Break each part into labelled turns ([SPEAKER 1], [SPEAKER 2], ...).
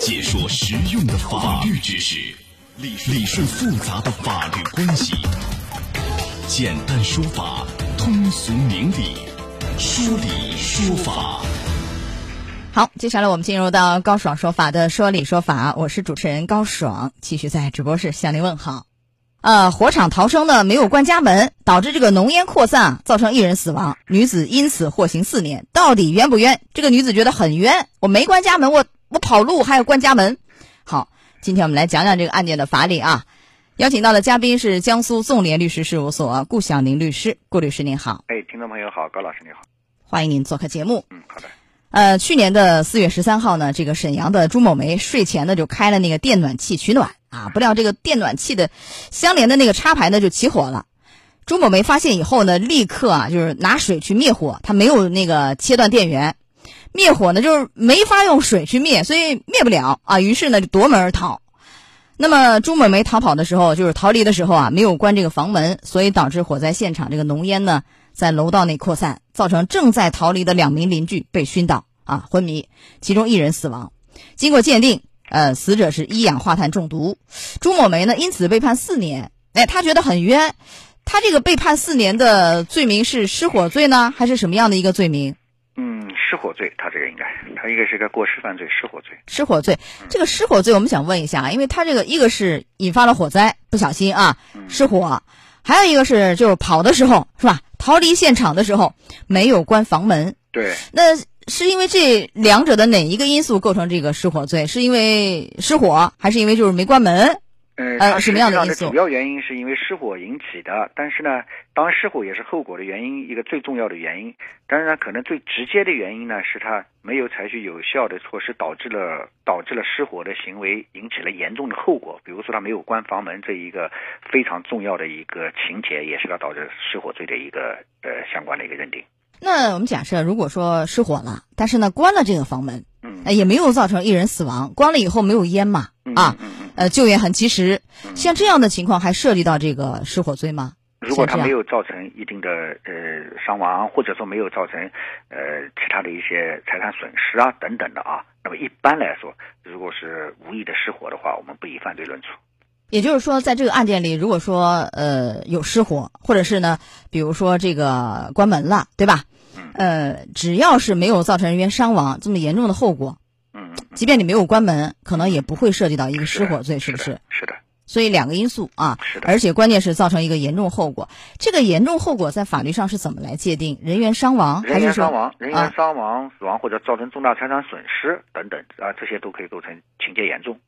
[SPEAKER 1] 解说实用的法律知识，理顺复杂的法律关系。简单说法，通俗明理，说理说法。
[SPEAKER 2] 好，接下来我们进入到高爽说法的说理说法，我是主持人高爽，继续在直播室向您问好。呃，火场逃生呢没有关家门，导致这个浓烟扩散，造成一人死亡，女子因此获刑四年，到底冤不冤？这个女子觉得很冤，我没关家门，我我跑路还要关家门。好，今天我们来讲讲这个案件的法理啊。邀请到的嘉宾是江苏纵联律师事务所顾晓宁律师，顾律师您好，
[SPEAKER 3] 哎，听众朋友好，高老师你好，
[SPEAKER 2] 欢迎您做客节目。
[SPEAKER 3] 嗯，好的，
[SPEAKER 2] 呃，去年的四月十三号呢，这个沈阳的朱某梅睡前呢就开了那个电暖气取暖
[SPEAKER 3] 嗯
[SPEAKER 2] 啊，不料这个电暖气的相连的那个插排呢就起火了。朱某梅发现以后呢，立刻啊就是拿水去灭火，她没有那个切断电源，灭火呢就是没法用水去灭，所以灭不了啊，于是呢就夺门而逃。那么朱某梅逃跑的时候，就是逃离的时候啊，没有关这个房门，所以导致火灾现场这个浓烟呢在楼道内扩散，造成正在逃离的两名邻居被熏倒啊昏迷，其中一人死亡。经过鉴定，呃，死者是一氧化碳中毒。朱某梅呢因此被判四年，哎，她觉得很冤。她这个被判四年的罪名是失火罪呢，还是什么样的一个罪名？
[SPEAKER 3] 嗯，失火罪，他这个应该，他应该是个过失犯罪，失火罪，
[SPEAKER 2] 失火罪，这个失火罪，我们想问一下啊，因为它这个一个是引发了火灾，不小心啊失火，还有一个是就是跑的时候是吧，逃离现场的时候没有关房门，
[SPEAKER 3] 对，
[SPEAKER 2] 那是因为这两者的哪一个因素构成这个失火罪？是因为失火，还是因为就是没关门？
[SPEAKER 3] 呃，
[SPEAKER 2] 呃
[SPEAKER 3] 它
[SPEAKER 2] 什
[SPEAKER 3] 实
[SPEAKER 2] 么
[SPEAKER 3] 际
[SPEAKER 2] 样的
[SPEAKER 3] 上
[SPEAKER 2] 因
[SPEAKER 3] 的
[SPEAKER 2] 素
[SPEAKER 3] 主要原因是因为失火引起的，但是呢，当然失火也是后果的原因，一个最重要的原因。但是呢，可能最直接的原因呢，是他没有采取有效的措施，导致了导致了失火的行为，引起了严重的后果。比如说，他没有关房门这一个非常重要的一个情节，也是他导致失火罪的一个呃相关的一个认定。
[SPEAKER 2] 那我们假设如果说失火了，但是呢关了这个房门，
[SPEAKER 3] 嗯
[SPEAKER 2] 呃也没有造成一人死亡，关了以后没有烟嘛，
[SPEAKER 3] 嗯
[SPEAKER 2] 啊，
[SPEAKER 3] 嗯嗯嗯
[SPEAKER 2] 呃救援很及时，像这样的情况还涉及到这个失火罪吗？
[SPEAKER 3] 如
[SPEAKER 2] 像
[SPEAKER 3] 果
[SPEAKER 2] 这
[SPEAKER 3] 他
[SPEAKER 2] 样
[SPEAKER 3] 没有造成一定的呃伤亡，或者说没有造成呃其他的一些财产损失啊等等的啊，那么一般来说，如果是无意的失火的话，我们不以犯罪论处。
[SPEAKER 2] 也就是说，在这个案件里，如果说呃有失火，或者是呢，比如说这个关门了，对吧？
[SPEAKER 3] 嗯
[SPEAKER 2] 呃，只要是没有造成人员伤亡这么严重的后果，
[SPEAKER 3] 嗯，
[SPEAKER 2] 即便你没有关门，可能也不会涉及到一个失火罪，是
[SPEAKER 3] 是
[SPEAKER 2] 不
[SPEAKER 3] 的
[SPEAKER 2] 是？？
[SPEAKER 3] 是的，
[SPEAKER 2] 所以两个因素啊，
[SPEAKER 3] 是的
[SPEAKER 2] 而且关键是造成一个严重后果。这个严重后果在法律上是怎么来界定？人员伤亡还
[SPEAKER 3] 人
[SPEAKER 2] 是
[SPEAKER 3] 员
[SPEAKER 2] 说
[SPEAKER 3] 伤亡、人员
[SPEAKER 2] 啊
[SPEAKER 3] 伤亡、死亡或者造成重大财产损失等等啊，这些都可以构成情节严重。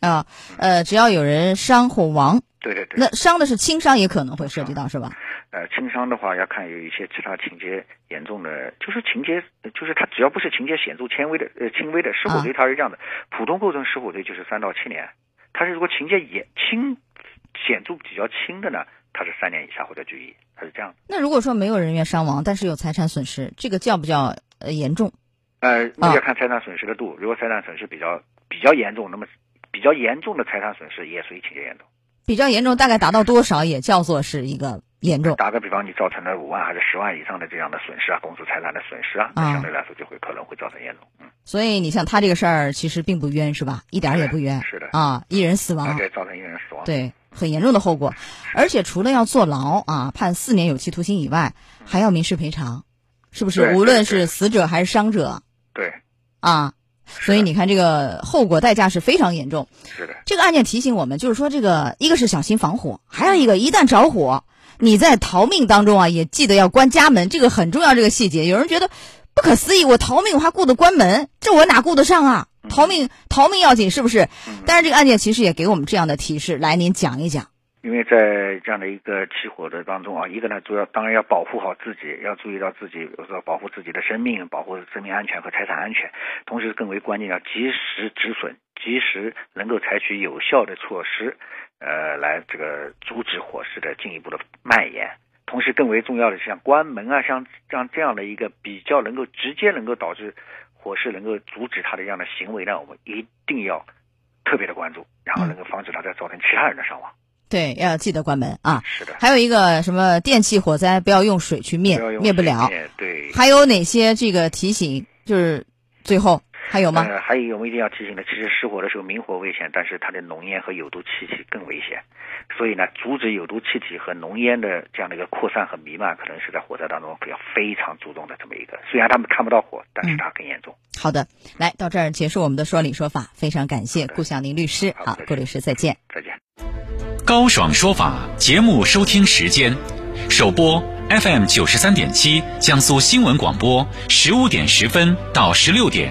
[SPEAKER 2] 啊呃，只要有人伤或亡，
[SPEAKER 3] 对对对，
[SPEAKER 2] 那伤的是轻伤，也可能会涉及到是吧？
[SPEAKER 3] 呃，轻伤的话要看有一些其他情节严重的，就是情节，就是他只要不是情节显著轻微的，呃，轻微的失
[SPEAKER 2] 啊
[SPEAKER 3] 火罪，它是这样的，普通构成失火罪就是三到七年，他是如果情节也轻，显著比较轻的呢，他是三年以下或者拘役，他是这样的。
[SPEAKER 2] 那如果说没有人员伤亡，但是有财产损失，这个叫不叫呃严重？
[SPEAKER 3] 呃，那
[SPEAKER 2] 啊
[SPEAKER 3] 要看财产损失的度，如果财产损失比较比较严重，那么比较严重的财产损失也属于情节严重。
[SPEAKER 2] 比较严重，大概达到多少也叫做是一个严重？
[SPEAKER 3] 打个比方，你造成了五万还是十万以上的这样的损失啊，公司财产的损失啊，
[SPEAKER 2] 啊
[SPEAKER 3] 那相对来说就会可能会造成严重。嗯，
[SPEAKER 2] 所以你像他这个事儿，其实并不冤是吧？一点儿也不冤。
[SPEAKER 3] 是的
[SPEAKER 2] 啊，一人死
[SPEAKER 3] 那
[SPEAKER 2] 亡，
[SPEAKER 3] 这造成一人死亡。
[SPEAKER 2] 对，很严重的后果。而且除了要坐牢啊，判四年有期徒刑以外，还要民事赔偿，是不是？
[SPEAKER 3] 对
[SPEAKER 2] 无论
[SPEAKER 3] 对
[SPEAKER 2] 是死者还是伤者
[SPEAKER 3] 对，
[SPEAKER 2] 啊，所以你看这个后果代价是非常严重。
[SPEAKER 3] 是的，
[SPEAKER 2] 这个案件提醒我们，就是说，这个一个是小心防火，还有一个一旦着火，你在逃命当中啊，也记得要关家门，这个很重要。这个细节，有人觉得不可思议，我逃命我还顾得关门，这我哪顾得上啊？逃命逃命要紧，是不是？但是这个案件其实也给我们这样的提示，来您讲一讲。
[SPEAKER 3] 因为在这样的一个起火的当中啊，一个呢，主要当然要保护好自己，要注意到自己，比如说保护自己的生命，保护生命安全和财产安全，同时更为关键要及时止损，及时能够采取有效的措施，呃，来这个阻止火势的进一步的蔓延。同时，更为重要的是像关门啊，像像这样的一个比较能够直接能够导致火势能够阻止它的这样的行为呢，我们一定要特别的关注，然后能够防止它再造成其他人的伤亡。
[SPEAKER 2] 对，要记得关门啊。
[SPEAKER 3] 是的，
[SPEAKER 2] 还有一个什么电器火灾，不要用水去灭，
[SPEAKER 3] 要用
[SPEAKER 2] 灭不
[SPEAKER 3] 水
[SPEAKER 2] 了。
[SPEAKER 3] 灭。对，
[SPEAKER 2] 还有哪些这个提醒？就是最后还有吗？
[SPEAKER 3] 呃，还有我们一定要提醒的，其实失火的时候明火危险，但是它的浓烟和有毒气体更危险。所以呢，阻止有毒气体和浓烟的这样的一个扩散和弥漫，可能是在火灾当中要非常注重的这么一个。虽然他们看不到火，但是
[SPEAKER 2] 嗯
[SPEAKER 3] 它更严重。
[SPEAKER 2] 好的，来到这儿结束我们的说理说法，非常感谢
[SPEAKER 3] 的
[SPEAKER 2] 顾晓宁律师。
[SPEAKER 3] 好
[SPEAKER 2] 好
[SPEAKER 3] 再，见
[SPEAKER 2] 顾律师再见。
[SPEAKER 3] 再见。
[SPEAKER 1] 高爽说法节目收听时间：首播 FM 九十三点七，江苏新闻广播十五点十分到十六点；